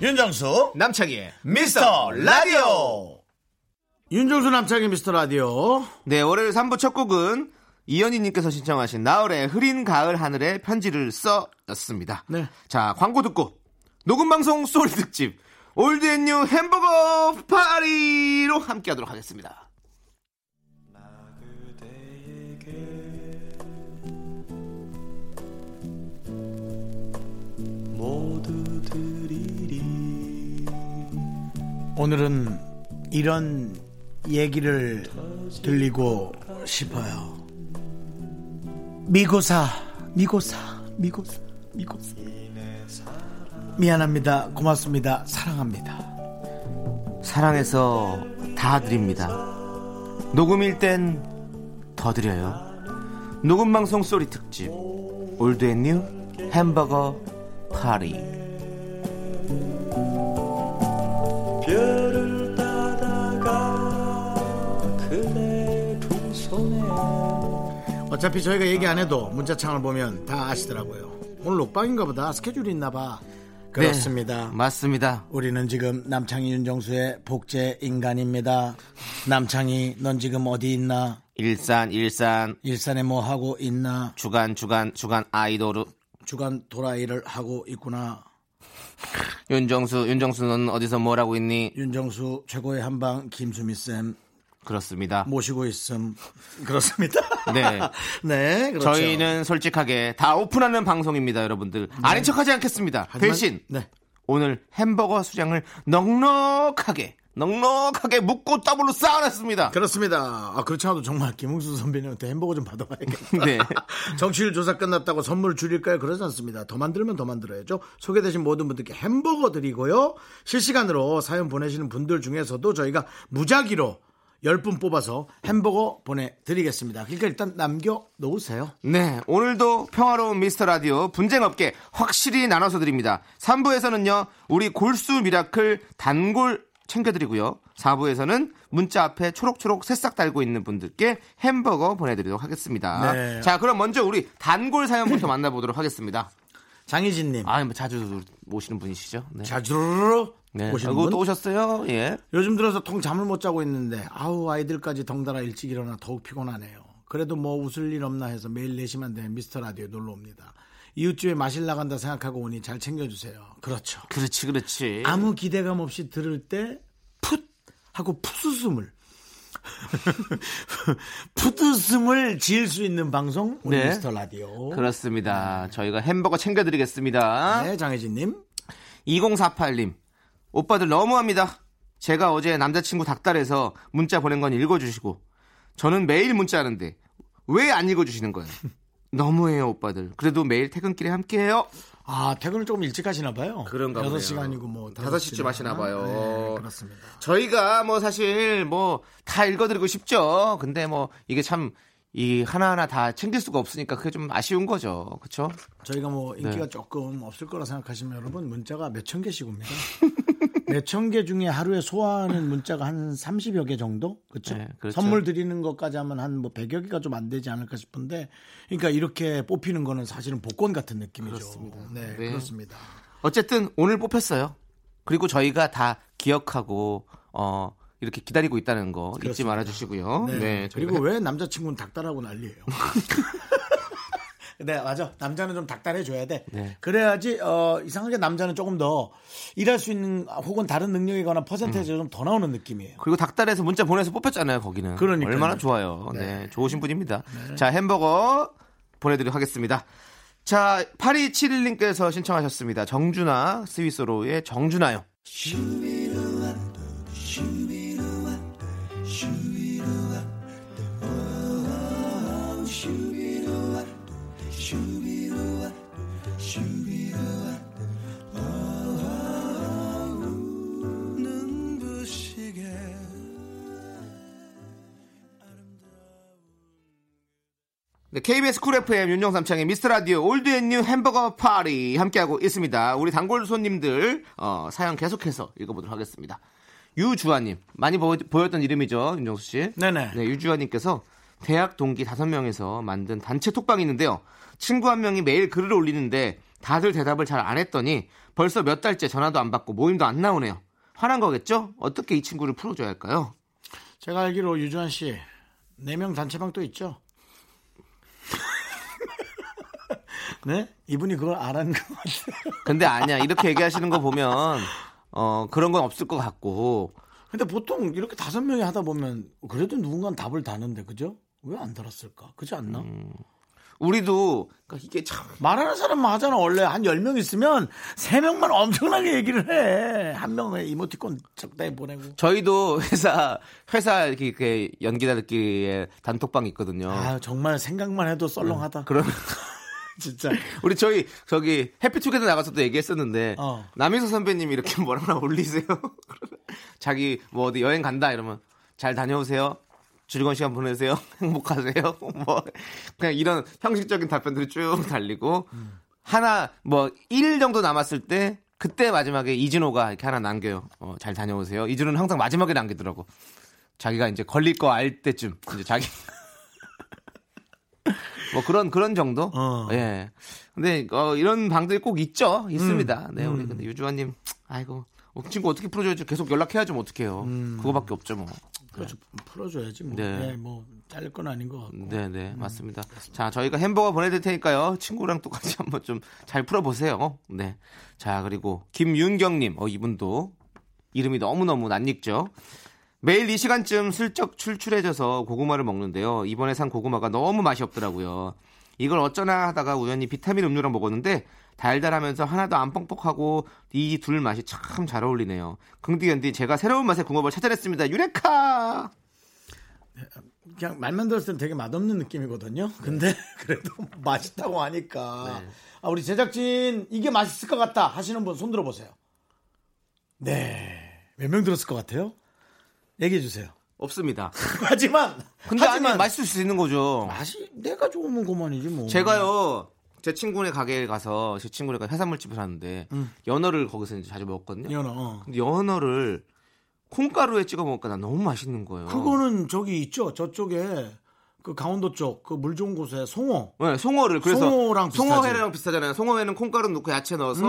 윤정수 남창희의 미스터 라디오 윤정수 남창의 미스터 라디오 네, 월요일 3부 첫 곡은 이현희님께서 신청하신 나얼의 흐린 가을 하늘에 편지를 써였습니다. 네. 자 광고 듣고 녹음방송 소리 특집 올드앤뉴 햄버거 파리로 함께하도록 하겠습니다. 오늘은 이런 얘기를 들리고 싶어요. 미고사, 미고사, 미고사, 미고사. 미안합니다. 고맙습니다. 사랑합니다. 사랑해서 다 드립니다. 녹음일 땐 더 드려요. 녹음방송 소리 특집 올드앤뉴 햄버거 파리 어차피 저희가 얘기 안 해도 문자창을 보면 다 아시더라고요. 오늘 녹방인가 보다. 스케줄이 있나 봐. 그렇습니다. 네, 맞습니다. 우리는 지금 남창희 윤정수의 복제 인간입니다. 남창희, 넌 지금 어디 있나? 일산 일산 일산에 뭐 하고 있나? 주간 주간 주간 아이돌 주간 도라이를 하고 있구나. 윤정수 윤정수는 어디서 뭘 하고 있니? 윤정수 최고의 한방 김수미 쌤 그렇습니다. 모시고 있음 그렇습니다. 네. 네, 그렇죠. 저희는 솔직하게 다 오픈하는 방송입니다, 여러분들. 아닌 척하지 않겠습니다. 네. 하지만- 대신 네. 오늘 햄버거 수량을 넉넉하게 넉넉하게 묶고 더블로 쌓아놨습니다. 그렇습니다. 아, 그렇지 않아도 정말 김웅수 선배님한테 햄버거 좀 받아봐야겠다. 네. 정치율 조사 끝났다고 선물 줄일까요? 그러지 않습니다. 더 만들면 더 만들어야죠. 소개되신 모든 분들께 햄버거 드리고요. 실시간으로 사연 보내시는 분들 중에서도 저희가 무작위로 10분 뽑아서 햄버거 보내드리겠습니다. 그러니까 일단 남겨놓으세요. 네, 오늘도 평화로운 미스터 라디오 분쟁 업계 확실히 나눠서 드립니다. 3부에서는요, 우리 골수 미라클 단골 챙겨드리고요. 4부에서는 문자 앞에 초록초록 새싹 달고 있는 분들께 햄버거 보내드리도록 하겠습니다. 네. 자, 그럼 먼저 우리 단골 사연부터 만나보도록 하겠습니다. 장희진님. 아, 뭐 자주 오시는 분이시죠? 네. 자주르르 네. 오시는 아이고, 분. 또 오셨어요? 예. 요즘 들어서 통 잠을 못 자고 있는데 아우 아이들까지 덩달아 일찍 일어나 더욱 피곤하네요. 그래도 뭐 웃을 일 없나 해서 매일 4시만 되면 미스터 라디오 놀러 옵니다. 이웃집에 마실 나간다 생각하고 오니 잘 챙겨주세요. 그렇죠. 그렇지, 그렇지. 아무 기대감 없이 들을 때 풋 하고 풋웃음을 풋웃음을 지을 수 있는 방송 우리 네. 미스터 라디오. 그렇습니다. 저희가 햄버거 챙겨드리겠습니다. 네, 장혜진님. 2048님. 오빠들 너무합니다. 제가 어제 남자친구 닭달에서 문자 보낸 건 읽어주시고 저는 매일 문자하는데 왜 안 읽어주시는 거예요? 너무해요 오빠들. 그래도 매일 퇴근길에 함께해요. 아 퇴근을 조금 일찍 하시나 봐요. 그런가 보네요. 6시간이고 뭐 다섯 시쯤 하시나 봐요. 네, 그렇습니다. 저희가 뭐 사실 뭐 다 읽어드리고 싶죠. 근데 뭐 이게 참 이 하나하나 다 챙길 수가 없으니까 그게 좀 아쉬운 거죠. 그렇죠? 저희가 뭐 인기가 조금 없을 거라 생각하시면 여러분 문자가 몇 천 개씩 옵니다. 몇 천 개 중에 하루에 소화하는 문자가 한 30여 개 정도? 그렇죠? 네, 그렇죠. 선물 드리는 것까지 하면 한 뭐 100여 개가 좀 안 되지 않을까 싶은데 그러니까 이렇게 뽑히는 거는 사실은 복권 같은 느낌이죠. 네, 네. 그렇습니다. 어쨌든 오늘 뽑혔어요. 그리고 저희가 다 기억하고 어 이렇게 기다리고 있다는 거 잊지 말아 주시고요. 네. 네. 그리고 저희가- 왜 남자친구는 닭달하고 난리예요. 네, 맞아. 남자는 좀 닥달해 줘야 돼. 네. 그래야지 어, 이상하게 남자는 조금 더 일할 수 있는 혹은 다른 능력에 관한 퍼센테이지가 좀 더 나오는 느낌이에요. 그리고 닭다리에서 문자 보내서 뽑혔잖아요, 거기는. 예. 그러니까요. 음. 네. 얼마나 좋아요. 네. 좋으신 분입니다. 자, 햄버거 보내드리도록 하겠습니다. 자, 8271님께서 신청하셨습니다. 정준하, 스위스로의 정준하요. 네, KBS 쿨 FM 윤정삼창의 미스터라디오 올드앤뉴 햄버거 파리 함께하고 있습니다. 우리 단골 손님들 어, 사연 계속해서 읽어보도록 하겠습니다. 유주아님 많이 보, 였던 이름이죠 윤정수 씨. 네네. 네, 유주아님께서 대학 동기 5명에서 만든 단체 톡방이 있는데요. 친구 한 명이 매일 글을 올리는데 다들 대답을 잘 안 했더니 벌써 몇 달째 전화도 안 받고 모임도 안 나오네요. 화난 거겠죠? 어떻게 이 친구를 풀어줘야 할까요? 제가 알기로 유주환 씨, 네 명 단체방 또 있죠? 네? 이분이 그걸 알았는 것 같아요. 근데 아니야. 이렇게 얘기하시는 거 보면 어 그런 건 없을 것 같고 근데 보통 이렇게 다섯 명이 하다 보면 그래도 누군가는 답을 다는데 그죠? 왜 안 달았을까? 그지 않나? 우리도 그러니까 이게 참 말하는 사람만 하잖아. 원래 한 열 명 있으면 세명만 엄청나게 얘기를 해. 한 명은 이모티콘 적당히 보내고. 저희도 회사 회사 이렇게, 이렇게 연기자들끼리 단톡방 있거든요. 음, 아 정말 생각만 해도 썰렁하다. 그럼 진짜. 우리 저희 저기 해피투게더 나가서도 얘기했었는데 어. 남희석 선배님이 이렇게 뭐라 올리세요. 자기 뭐 어디 여행 간다 이러면 잘 다녀오세요. 즐거운 시간 보내세요. 행복하세요. 뭐 그냥 이런 형식적인 답변들이 쭉 달리고 음. 하나 뭐 일 정도 남았을 때 그때 마지막에 이진호가 이렇게 하나 남겨요. 어, 잘 다녀오세요. 이진호는 항상 마지막에 남기더라고. 자기가 이제 걸릴 거 알 때쯤 이제 자기 뭐 그런 그런 정도 어. 예 근데 어, 이런 방들이 꼭 있죠 있습니다 음. 네 우리 근데 유주환님 아이고 어, 친구 어떻게 풀어줘야지 계속 연락해야지 뭐 어떡해요 그거밖에 없죠 뭐 음. 그렇죠. 풀어줘, 풀어줘야지 뭐. 네. 네, 뭐 잘릴 건 아닌 것 같고. 네네 맞습니다 자 저희가 햄버거 보내드릴 테니까요 친구랑 또 같이 한번 좀 잘 풀어보세요 네 자 그리고 김윤경님 어 이분도 이름이 너무너무 낯익죠 매일 이 시간쯤 슬쩍 출출해져서 고구마를 먹는데요. 이번에 산 고구마가 너무 맛이 없더라고요. 이걸 어쩌나 하다가 우연히 비타민 음료랑 먹었는데 달달하면서 하나도 안 뻑뻑하고 이 둘 맛이 참 잘 어울리네요. 긍디견디 제가 새로운 맛의 궁합을 찾아냈습니다. 유레카! 그냥 말만 들었을 땐 되게 맛없는 느낌이거든요. 네. 근데 그래도 맛있다고 하니까. 아, 우리 제작진 이게 맛있을 것 같다 하시는 분 손 들어보세요. 네. 몇 명 들었을 것 같아요? 얘기해 주세요. 없습니다. 하지만 근데 하지만 아니 맛있을 수 있는 거죠. 맛이 내가 좋으면 그만이지 뭐. 아, 제가요 제 친구네 가게에 가서 제 친구네 가 해산물집을 하는데 연어를 거기서 이제 자주 먹었거든요. 연어. 어. 근데 연어를 콩가루에 찍어 먹으니까 난 너무 맛있는 거예요. 그거는 저기 있죠. 저쪽에 그 강원도 쪽 그 물 좋은 곳에 송어. 네, 송어를 그래서 송어랑 송어회랑 비슷하잖아요. 송어회는 콩가루 넣고 야채 넣어서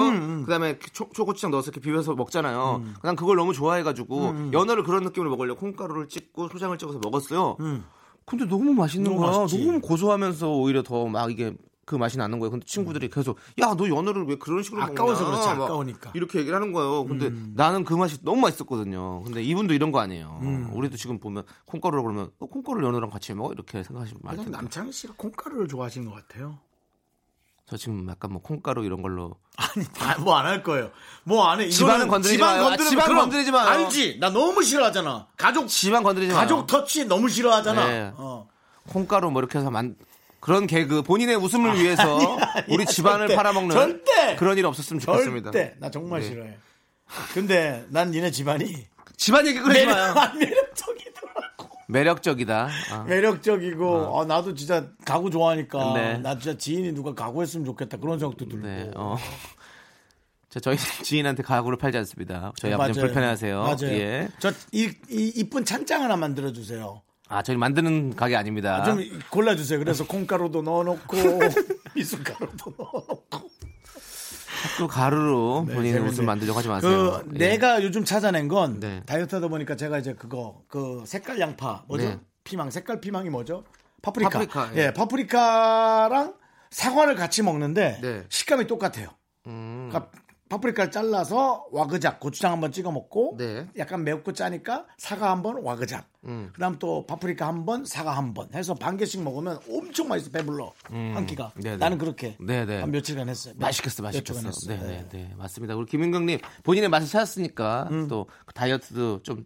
그다음에 초, 초고추장 넣어서 이렇게 비벼서 먹잖아요. 음. 난 그걸 너무 좋아해가지고 연어를 그런 느낌으로 먹으려고 콩가루를 찍고 소장을 찍어서 먹었어요. 근데 너무 맛있는 음. 너무 거야. 맛있지. 너무 고소하면서 오히려 더 막 이게 그 맛이 나는 거예요. 근데 친구들이 계속 야 너 연어를 왜 그런 식으로 음. 아까워서 먹냐? 그렇지, 막 아까우니까. 음. 이렇게 얘기를 하는 거예요. 근데 나는 그 맛이 너무 맛있었거든요. 근데 이분도 이런 거 아니에요. 음. 우리도 지금 보면 콩가루라고 그러면 어, 콩가루 연어랑 같이 먹어 이렇게 생각하시면 안 그냥 텐데. 남창희 씨가 콩가루를 좋아하시는 것 같아요. 저 지금 약간 뭐 콩가루 이런 걸로 아니 뭐 안 할 거예요. 뭐 안 해. 이거는 집안은 건드리지 집안 마요. 아, 건드리면 집안 그럼 건드리지 마요. 알지? 나 너무 싫어하잖아. 가족 집안 건드리지 마요. 가족 터치 너무 싫어하잖아. 네. 어. 콩가루 뭐 이렇게 해서 만 그런 개그 본인의 웃음을 위해서 우리 집안을 아, 절대, 팔아먹는 절대! 그런 일 없었으면 좋겠습니다. 절대 나 정말 네. 싫어해. 근데 난 니네 집안이 집안 얘기 그러지 매력, 마요. 안 매력적이더라고. 매력적이다. 아. 매력적이고 어, 나도 진짜 가구 좋아하니까 네. 나 진짜 지인이 누가 가구 했으면 좋겠다 그런 생각도 들고. 네. 어. 자, 저희 지인한테 가구를 팔지 않습니다. 저희 네, 아버지 네, 맞아요. 불편해하세요. 맞아요. 예. 저이 이, 이쁜 찬장 하나 만들어 주세요. 아, 저희 만드는 가게 아닙니다. 좀 골라주세요. 그래서 콩가루도 넣어놓고 미숫가루도 넣어놓고 또 가루로 본인의 재밌네. 웃음 만들려고 하지 마세요. 그 예. 내가 요즘 찾아낸 건 네. 다이어트하다 보니까 제가 이제 그거 그 색깔 양파 뭐죠? 네. 피망 색깔 피망이 뭐죠? 파프리카. 파프리카, 예. 예. 파프리카랑 사과를 같이 먹는데 네. 음. 식감이 똑같아요. 그러니까 파프리카를 잘라서 와그작 고추장 한번 찍어 먹고 네. 약간 맵고 짜니까 사과 한번 와그작. 그다음 또 파프리카 한 번, 사과 한 번 해서 반 개씩 먹으면 엄청 맛있어 배불러 한 끼가. 음. 네네. 나는 그렇게 네네. 한 며칠간 했어요. 맛있겠어, 몇 주간 맛있겠어. 했어요. 네, 네, 네, 맞습니다. 우리 김윤경님 본인의 맛을 찾았으니까 또그 다이어트도 좀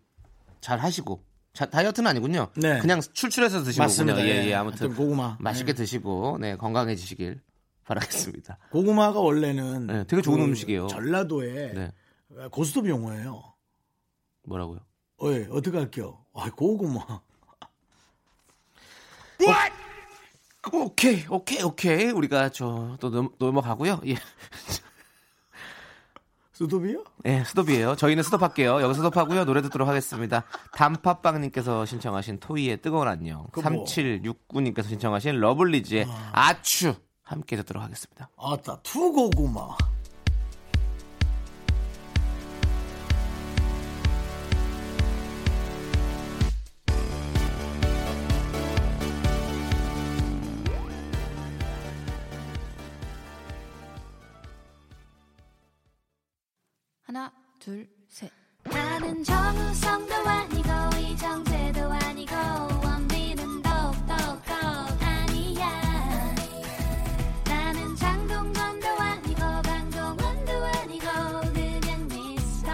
잘 하시고. 자, 다이어트는 아니군요. 네. 그냥 출출해서 드시면 맞습니다. 예, 예. 예, 아무튼 하여튼 고구마. 맛있게 드시고 네, 건강해지시길 바라겠습니다. 고구마가 원래는 그 네, 되게 좋은 음식이에요. 전라도에 네. 고스톱 용어예요. 뭐라고요? 어이, 어떻게 할게요? 아, 고구마. 오케이, 오케이, 오케이. 우리가 저또 넘어가고요. 예. 수톱이요? 예, 스톱이에요. 저희는 스톱할게요. 여기서 스톱하고요. 노래 듣도록 하겠습니다. 단팥빵님께서 신청하신 토이의 뜨거운 안녕. 그거 뭐. 3769님께서 신청하신 러블리즈의 아추. 함께 듣도록 하겠습니다. 아따, 투고구마. 하나, 둘, 셋. 나는 정우성도 아니고 이정재도 아니고 원빈은 더욱더 아니야 나는 장동건도 아니고 강동원도 아니고 그냥 미스터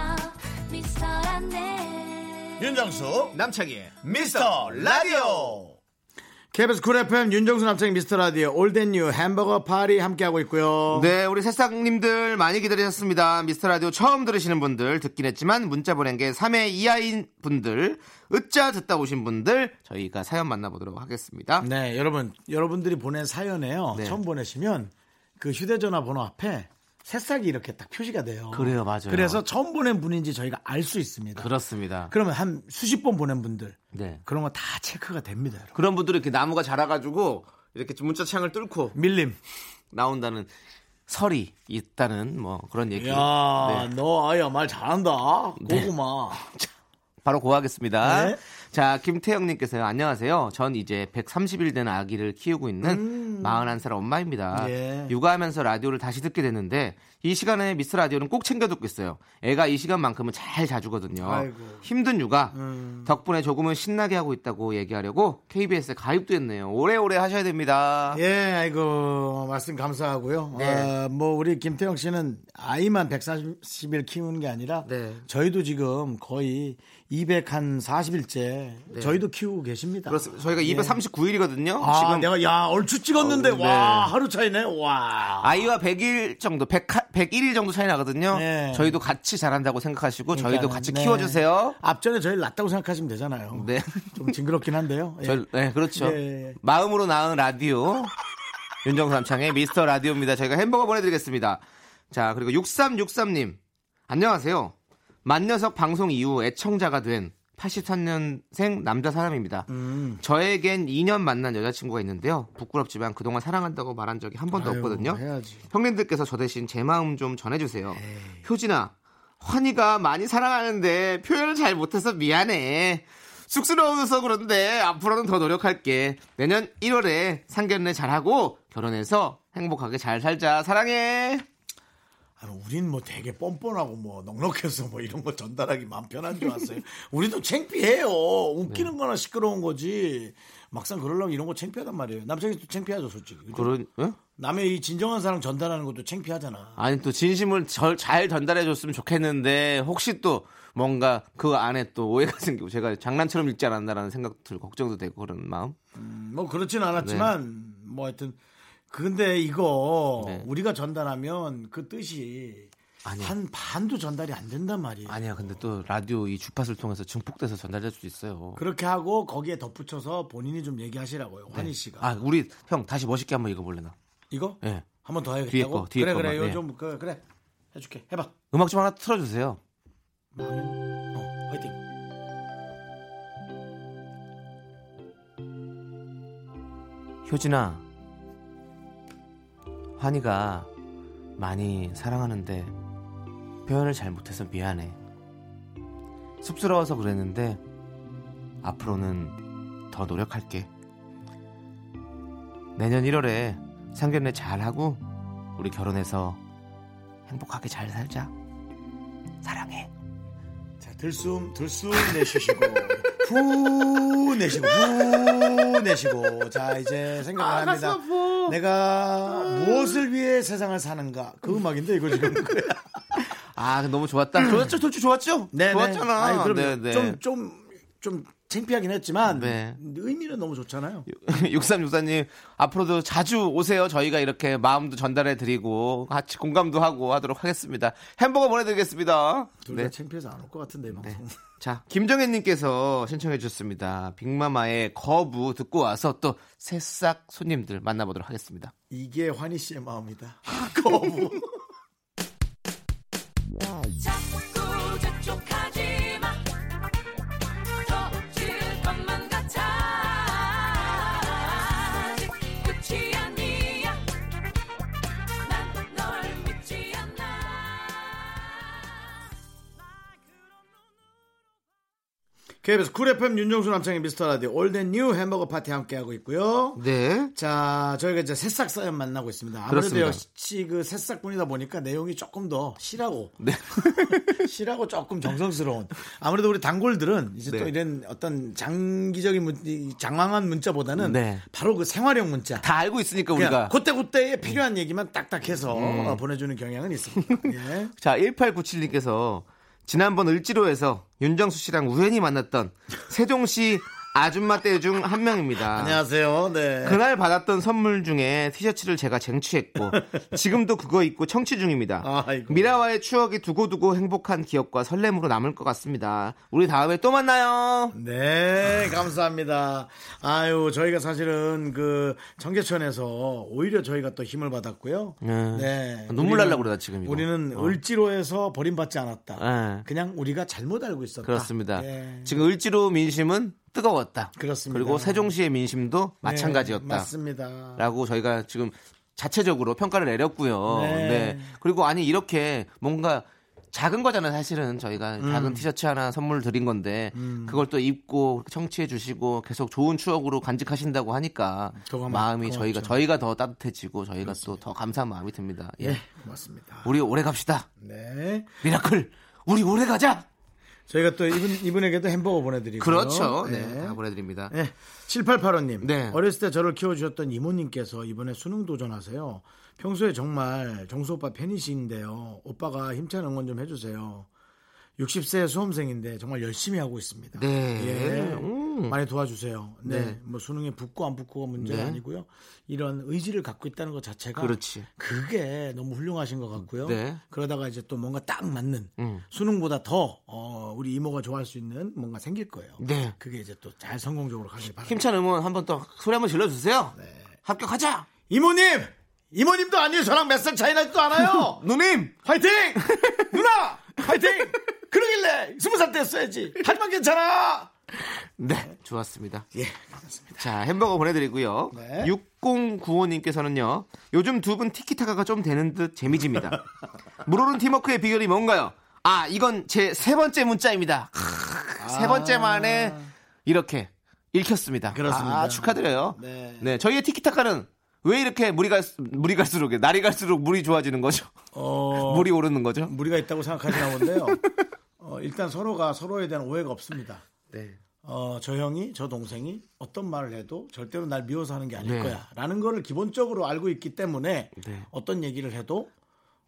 예. 미스터란데 윤정수 남창희의 미스터 라디오 KBS 쿨 FM 윤정수 남창 미스터 라디오 올덴뉴 햄버거 파리 함께하고 있고요. 네, 우리 새싹님들 많이 기다리셨습니다. 미스터 라디오 처음 들으시는 분들 듣긴 했지만 문자 보낸 게 3회 이하인 분들, 으짜 듣다 오신 분들 저희가 사연 만나보도록 하겠습니다. 네, 여러분 여러분들이 보낸 사연에요. 네. 처음 보내시면 그 휴대전화 번호 앞에 새싹이 이렇게 딱 표시가 돼요. 그래요, 맞아요. 그래서 처음 보낸 분인지 저희가 알 수 있습니다. 그렇습니다. 그러면 한 수십 번 보낸 분들 네. 그런 거 다 체크가 됩니다. 여러분. 그런 분들은 이렇게 나무가 자라가지고 이렇게 문자 창을 뚫고 밀림. 나온다는 설이 있다는 뭐 그런 얘기. 야, 네. 너 아야 말 잘한다. 네. 고구마. 바로 고하겠습니다. 네. 자, 김태영님께서요. 안녕하세요. 전 이제 130일 된 아기를 키우고 있는 41살 엄마입니다. 음. 예. 육아하면서 라디오를 다시 듣게 됐는데 이 시간에 미스 라디오는 꼭 챙겨 듣고 있어요. 애가 이 시간만큼은 잘 자주거든요. 아이고. 음. 힘든 육아 덕분에 조금은 신나게 하고 있다고 얘기하려고 KBS에 가입도 했네요. 오래오래 하셔야 됩니다. 예, 아이고 말씀 감사하고요. 네. 아, 뭐 우리 김태형 씨는 아이만 140일 키우는 게 아니라 네. 저희도 지금 거의 240일째 저희도 키우고 계십니다. 그렇습니다. 저희가 239일이거든요. 예. 아, 지금 내가 야 얼추 찍었는데 어, 네. 와 하루 차이네. 와. 아이와 100일 정도, 100, 101일 정도 차이 나거든요. 네. 저희도 같이 자란다고 생각하시고 저희도 그러니까는, 같이 네. 키워주세요. 앞전에 저희를 낫다고 생각하시면 되잖아요. 네. 좀 징그럽긴 한데요. 예. 저희- 네, 그렇죠. 예, 예, 예. 마음으로 낳은 라디오. 윤정수 남창의 미스터 라디오입니다. 저희가 햄버거 보내드리겠습니다. 자, 그리고 6363님. 안녕하세요. 만녀석 방송 이후 애청자가 된 83년생 남자 사람입니다. 음. 저에겐 2년 만난 여자친구가 있는데요. 부끄럽지만 그동안 사랑한다고 말한 적이 한 번도 아유, 없거든요. 네, 뭐 해야지. 형님들께서 저 대신 제 마음 좀 전해주세요. 효진아, 환희가 많이 사랑하는데 표현을 잘 못해서 미안해. 쑥스러워서 그런데 앞으로는 더 노력할게. 내년 1월에 상견례 잘하고 결혼해서 행복하게 잘 살자. 사랑해. 아, 우린 뭐 되게 뻔뻔하고 뭐 넉넉해서 뭐 이런 거 전달하기 마음 편한 줄 알았어요. 우리도 창피해요. 네. 웃기는 거나 시끄러운 거지. 막상 그러려면 이런 거 창피하단 말이에요. 남자이 또 창피하죠, 솔직히. 그죠? 그런, 응? 남의 이 진정한 사랑 전달하는 것도 창피하잖아. 아니 또 진심을 절, 잘 전달해 줬으면 좋겠는데 혹시 또 뭔가 그 안에 또 오해가 생기고 제가 장난처럼 읽지 않았나라는 생각도 들고 걱정도 되고 그런 마음. 뭐 그렇진 않았지만 뭐 하여튼 근데 이거 네. 우리가 전달하면 그 뜻이 아니요. 한 반도 전달이 안 된단 말이에요. 아니야 근데 또 라디오 이 주파수를 통해서 증폭돼서 전달될 수도 있어요. 그렇게 하고 거기에 덧붙여서 본인이 좀 얘기하시라고요. 환희 씨가. 아 우리 형 다시 멋있게 한번 읽어볼래 나. 이거? 예. 한 번 더 해야겠다고? 뒤에 거, 뒤에 그래 거만, 그래 예. 요좀 그, 그래 해줄게 해봐 음악 좀 하나 틀어주세요. 어 화이팅 효진아, 환희가 많이 사랑하는데 표현을 잘 못해서 미안해. 쑥스러워서 그랬는데 앞으로는 더 노력할게. 내년 1월에 상견례 잘하고 우리 결혼해서 행복하게 잘 살자. 사랑해. 자 들숨 들숨 내쉬시고 후 내쉬고 후 내쉬고 자 이제 생각을 합니다 내가 무엇을 위해 세상을 사는가 그 음악인데 이거 지금 아 너무 좋았다. 그렇죠. 좋았죠, 좋았죠, 좋았죠. 좋았잖아. 네, 아니, 그럼요. 네, 네. 좀, 좀, 좀 창피하긴 했지만 네. 의미는 너무 좋잖아요 6364님 앞으로도 자주 오세요. 저희가 이렇게 마음도 전달해 드리고 같이 공감도 하고 하도록 하겠습니다. 햄버거 보내드리겠습니다. 둘 다 네. 창피해서 안 올 것 같은데 이 방송 자 김정현님께서 신청해 주셨습니다. 빅마마의 거부 듣고 와서 또 새싹 손님들 만나보도록 하겠습니다. 이게 환희 씨의 마음이다 거부 자꾸 재촉하지 마. 더 지를 것만 같아. 아직 끝이 아니야. 난 널 믿지 않아. KBS 쿨 FM 윤정수 남창의 미스터 라디오 올덴 뉴 햄버거 파티 함께하고 있고요. 네. 자, 저희가 이제 새싹 사연 만나고 있습니다. 아무래도 그렇습니다. 역시 그 새싹뿐이다 보니까 내용이 조금 더 실하고 네. 실하고 조금 정성스러운. 아무래도 우리 단골들은 이제 또 네. 이런 어떤 장기적인 문, 이 장황한 문자보다는 네. 바로 그 생활형 문자. 다 알고 있으니까 그냥 우리가. 네. 음. 그때 그때에 필요한 얘기만 딱딱해서 어, 보내주는 경향은 있습니다. 예. 자, 1897님께서 지난번 을지로에서 윤정수 씨랑 우연히 만났던 세종시 아줌마 때 중 한 명입니다. 안녕하세요. 네. 그날 받았던 선물 중에 티셔츠를 제가 쟁취했고 지금도 그거 입고 청취 중입니다. 아이고. 미라와의 추억이 두고두고 행복한 기억과 설렘으로 남을 것 같습니다. 우리 다음에 또 만나요. 네, 감사합니다. 아유, 저희가 사실은 그 청계천에서 오히려 저희가 또 힘을 받았고요. 네. 우리는- 눈물 날라고 그러다 지금 이거. 우리는 어. 을지로에서 버림받지 않았다. 네. 그냥 우리가 잘못 알고 있었다. 그렇습니다. 예. 지금 을지로 민심은 뜨거웠다. 그렇습니다. 그리고 세종시의 민심도 네, 마찬가지였다. 맞습니다. 라고 저희가 지금 자체적으로 평가를 내렸고요. 네. 네. 그리고 아니 이렇게 뭔가 작은 거잖아요. 사실은 저희가 음. 작은 티셔츠 하나 선물 드린 건데 그걸 또 입고 청취해 주시고 계속 좋은 추억으로 간직하신다고 하니까 그거 맞- 마음이 그거 저희가 맞죠. 저희가 더 따뜻해지고 저희가 또 더 감사한 마음이 듭니다. 예. 예, 맞습니다. 우리 오래 갑시다. 네. 미라클. 우리 오래 가자. 저희가 또 이분, 이분에게도 햄버거 보내드리고. 그렇죠. 네. 다 보내 드립니다. 네. 7885님. 네. 어렸을 때 저를 키워주셨던 이모님께서 이번에 수능 도전하세요. 평소에 정말 정수 오빠 팬이신데요. 오빠가 힘찬 응원 좀 해주세요. 60세 수험생인데 정말 열심히 하고 있습니다. 네. 예. 음. 많이 도와주세요. 네. 네. 뭐 수능에 붙고 안 붙고가 문제가 네. 아니고요. 이런 의지를 갖고 있다는 것 자체가 그렇지. 그게 너무 훌륭하신 것 같고요. 네. 음. 그러다가 이제 또 뭔가 딱 맞는 수능보다 더 어, 우리 이모가 좋아할 수 있는 뭔가 생길 거예요. 네. 그게 이제 또 잘 성공적으로 가길 바랍니다. 힘찬 응원 한번 또 소리 한번 질러 주세요. 네. 합격하자. 이모님! 이모님도 아니에요. 저랑 몇 살 차이 나지도 않아요. 누님. 화이팅! 누나! 화이팅! 그러길래 스무 살 때 했어야지. 하지만 괜찮아! 네. 좋았습니다. 예, 알았습니다. 자, 햄버거 보내드리고요. 네. 6095님께서는요, 요즘 두 분 티키타카가 좀 되는 듯 재미집니다. 물오른 팀워크의 비결이 뭔가요? 아, 이건 제 세 번째 문자입니다. 크으, 세 번째 만에 이렇게 읽혔습니다. 아. 그렇습니다. 아, 축하드려요. 네. 네. 저희의 티키타카는 왜 이렇게 물이 갈, 물이 갈수록, 날이 갈수록 물이 좋아지는 거죠? 어, 물이 오르는 거죠? 무리가 있다고 생각하시나 본데요. 어, 일단 서로가 서로에 대한 오해가 없습니다. 네. 어, 저 형이, 저 동생이 어떤 말을 해도 절대로 날 미워서 하는 게 아닐 네. 거야. 라는 거를 기본적으로 알고 있기 때문에 네. 어떤 얘기를 해도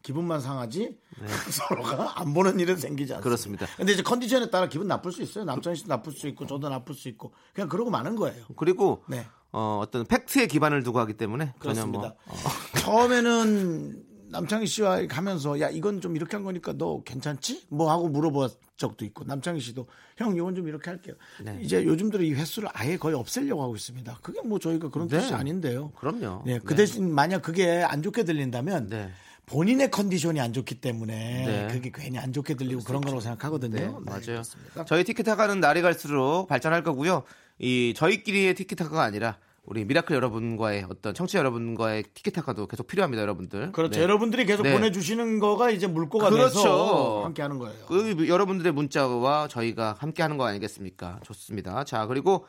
기분만 상하지 서로가 안 보는 일은 생기지 않습니다. 그렇습니다. 근데 이제 컨디션에 따라 기분 나쁠 수 있어요. 남창희 씨도 나쁠 수 있고 저도 나쁠 수 있고 그냥 그러고 마는 거예요. 그리고, 네. 어, 어떤 팩트에 기반을 두고 하기 때문에 전혀 뭐. 그렇습니다. 처음에는 남창희 씨와 가면서 야 이건 좀 이렇게 한 거니까 너 괜찮지? 뭐 하고 물어본 적도 있고 남창희 씨도 형 이건 좀 이렇게 할게요. 네. 이제 요즘 들어 이 횟수를 아예 거의 없애려고 하고 있습니다. 그게 뭐 저희가 그런 네. 뜻이 아닌데요. 그럼요. 네, 그 네. 대신 만약 그게 안 좋게 들린다면 네. 본인의 컨디션이 안 좋기 때문에 네. 그게 괜히 안 좋게 들리고 그런 거라고 생각하거든요. 네, 네, 맞아요. 그렇습니다. 저희 티키타카는 날이 갈수록 발전할 거고요. 이 저희끼리의 티키타카가 아니라 우리 미라클 여러분과의 어떤 청취자 여러분과의 티키타카도 계속 필요합니다, 여러분들. 그렇죠. 네. 여러분들이 계속 네. 보내주시는 거가 이제 물꼬가 돼서 그렇죠. 함께 하는 거예요. 그 여러분들의 문자와 저희가 함께 하는 거 아니겠습니까? 좋습니다. 자, 그리고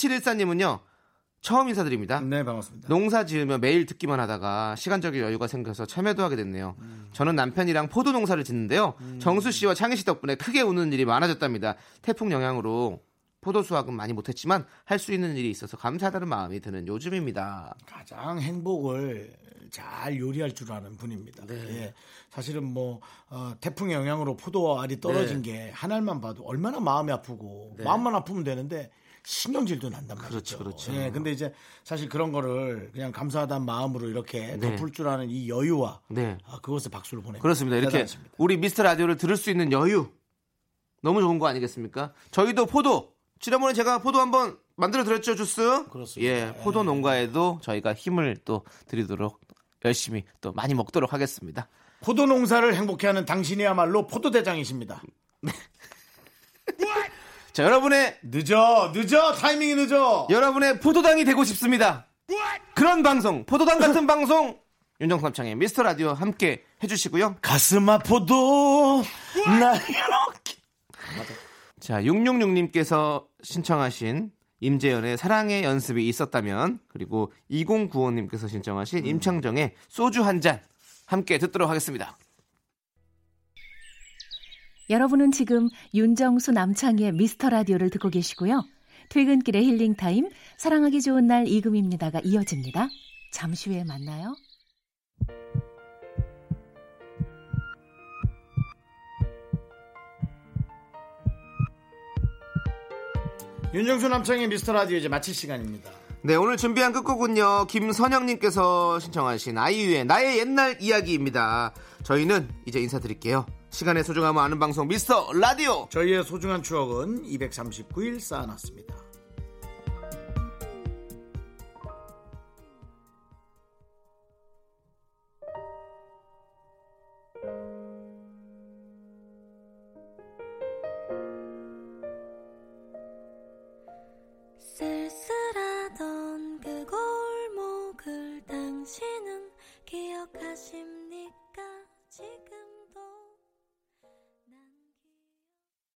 4714님은요, 처음 인사드립니다. 네, 반갑습니다. 농사 지으며 매일 듣기만 하다가 시간적인 여유가 생겨서 참여도 하게 됐네요. 저는 남편이랑 포도 농사를 짓는데요. 정수 씨와 창희 씨 덕분에 크게 우는 일이 많아졌답니다. 태풍 영향으로 포도 수확은 많이 못했지만 할 수 있는 일이 있어서 감사하다는 마음이 드는 요즘입니다. 가장 행복을 잘 요리할 줄 아는 분입니다. 네. 예. 사실은 뭐 어, 태풍의 영향으로 포도알이 떨어진 네. 게 한 알만 봐도 얼마나 마음이 아프고 마음만 아프면 되는데 신경질도 난단 말이죠. 그렇죠, 그렇죠. 예, 근데 이제 사실 그런 거를 그냥 감사하다는 마음으로 이렇게 덮을 줄 아는 이 여유와 네. 아, 그것에 박수를 보내. 그렇습니다. 이렇게 대단하십니다. 우리 미스터 라디오를 들을 수 있는 여유 너무 좋은 거 아니겠습니까? 저희도 포도 지난번에 제가 포도 한번 만들어 드렸죠 주스. 그렇습니다. 네. 예, 포도 농가에도 저희가 힘을 또 드리도록 열심히 또 많이 먹도록 하겠습니다. 포도 농사를 행복해하는 당신이야말로 포도 대장이십니다. 자, 여러분의 늦어, 늦어, 타이밍이 늦어. 여러분의 포도당이 되고 싶습니다. 그런 방송, 포도당 같은 방송 윤정수 남창의 미스터 라디오 함께 해주시고요. 가슴 아파도 나 이렇게 자, 666님께서 신청하신 임재현의 사랑의 연습이 있었다면 그리고 2095님께서 신청하신 임창정의 소주 한 잔 함께 듣도록 하겠습니다. 여러분은 지금 윤정수 남창희의 미스터 라디오를 듣고 계시고요. 퇴근길의 힐링 타임, 사랑하기 좋은 날 이금입니다가 이어집니다. 잠시 후에 만나요. 윤정수 남창의 미스터 라디오 이제 마칠 시간입니다. 네, 오늘 준비한 끝곡은요. 김선영님께서 신청하신 아이유의 나의 옛날 이야기입니다. 저희는 이제 인사드릴게요. 시간의 소중함을 아는 방송 미스터 라디오. 저희의 소중한 추억은 239일 쌓아놨습니다. 그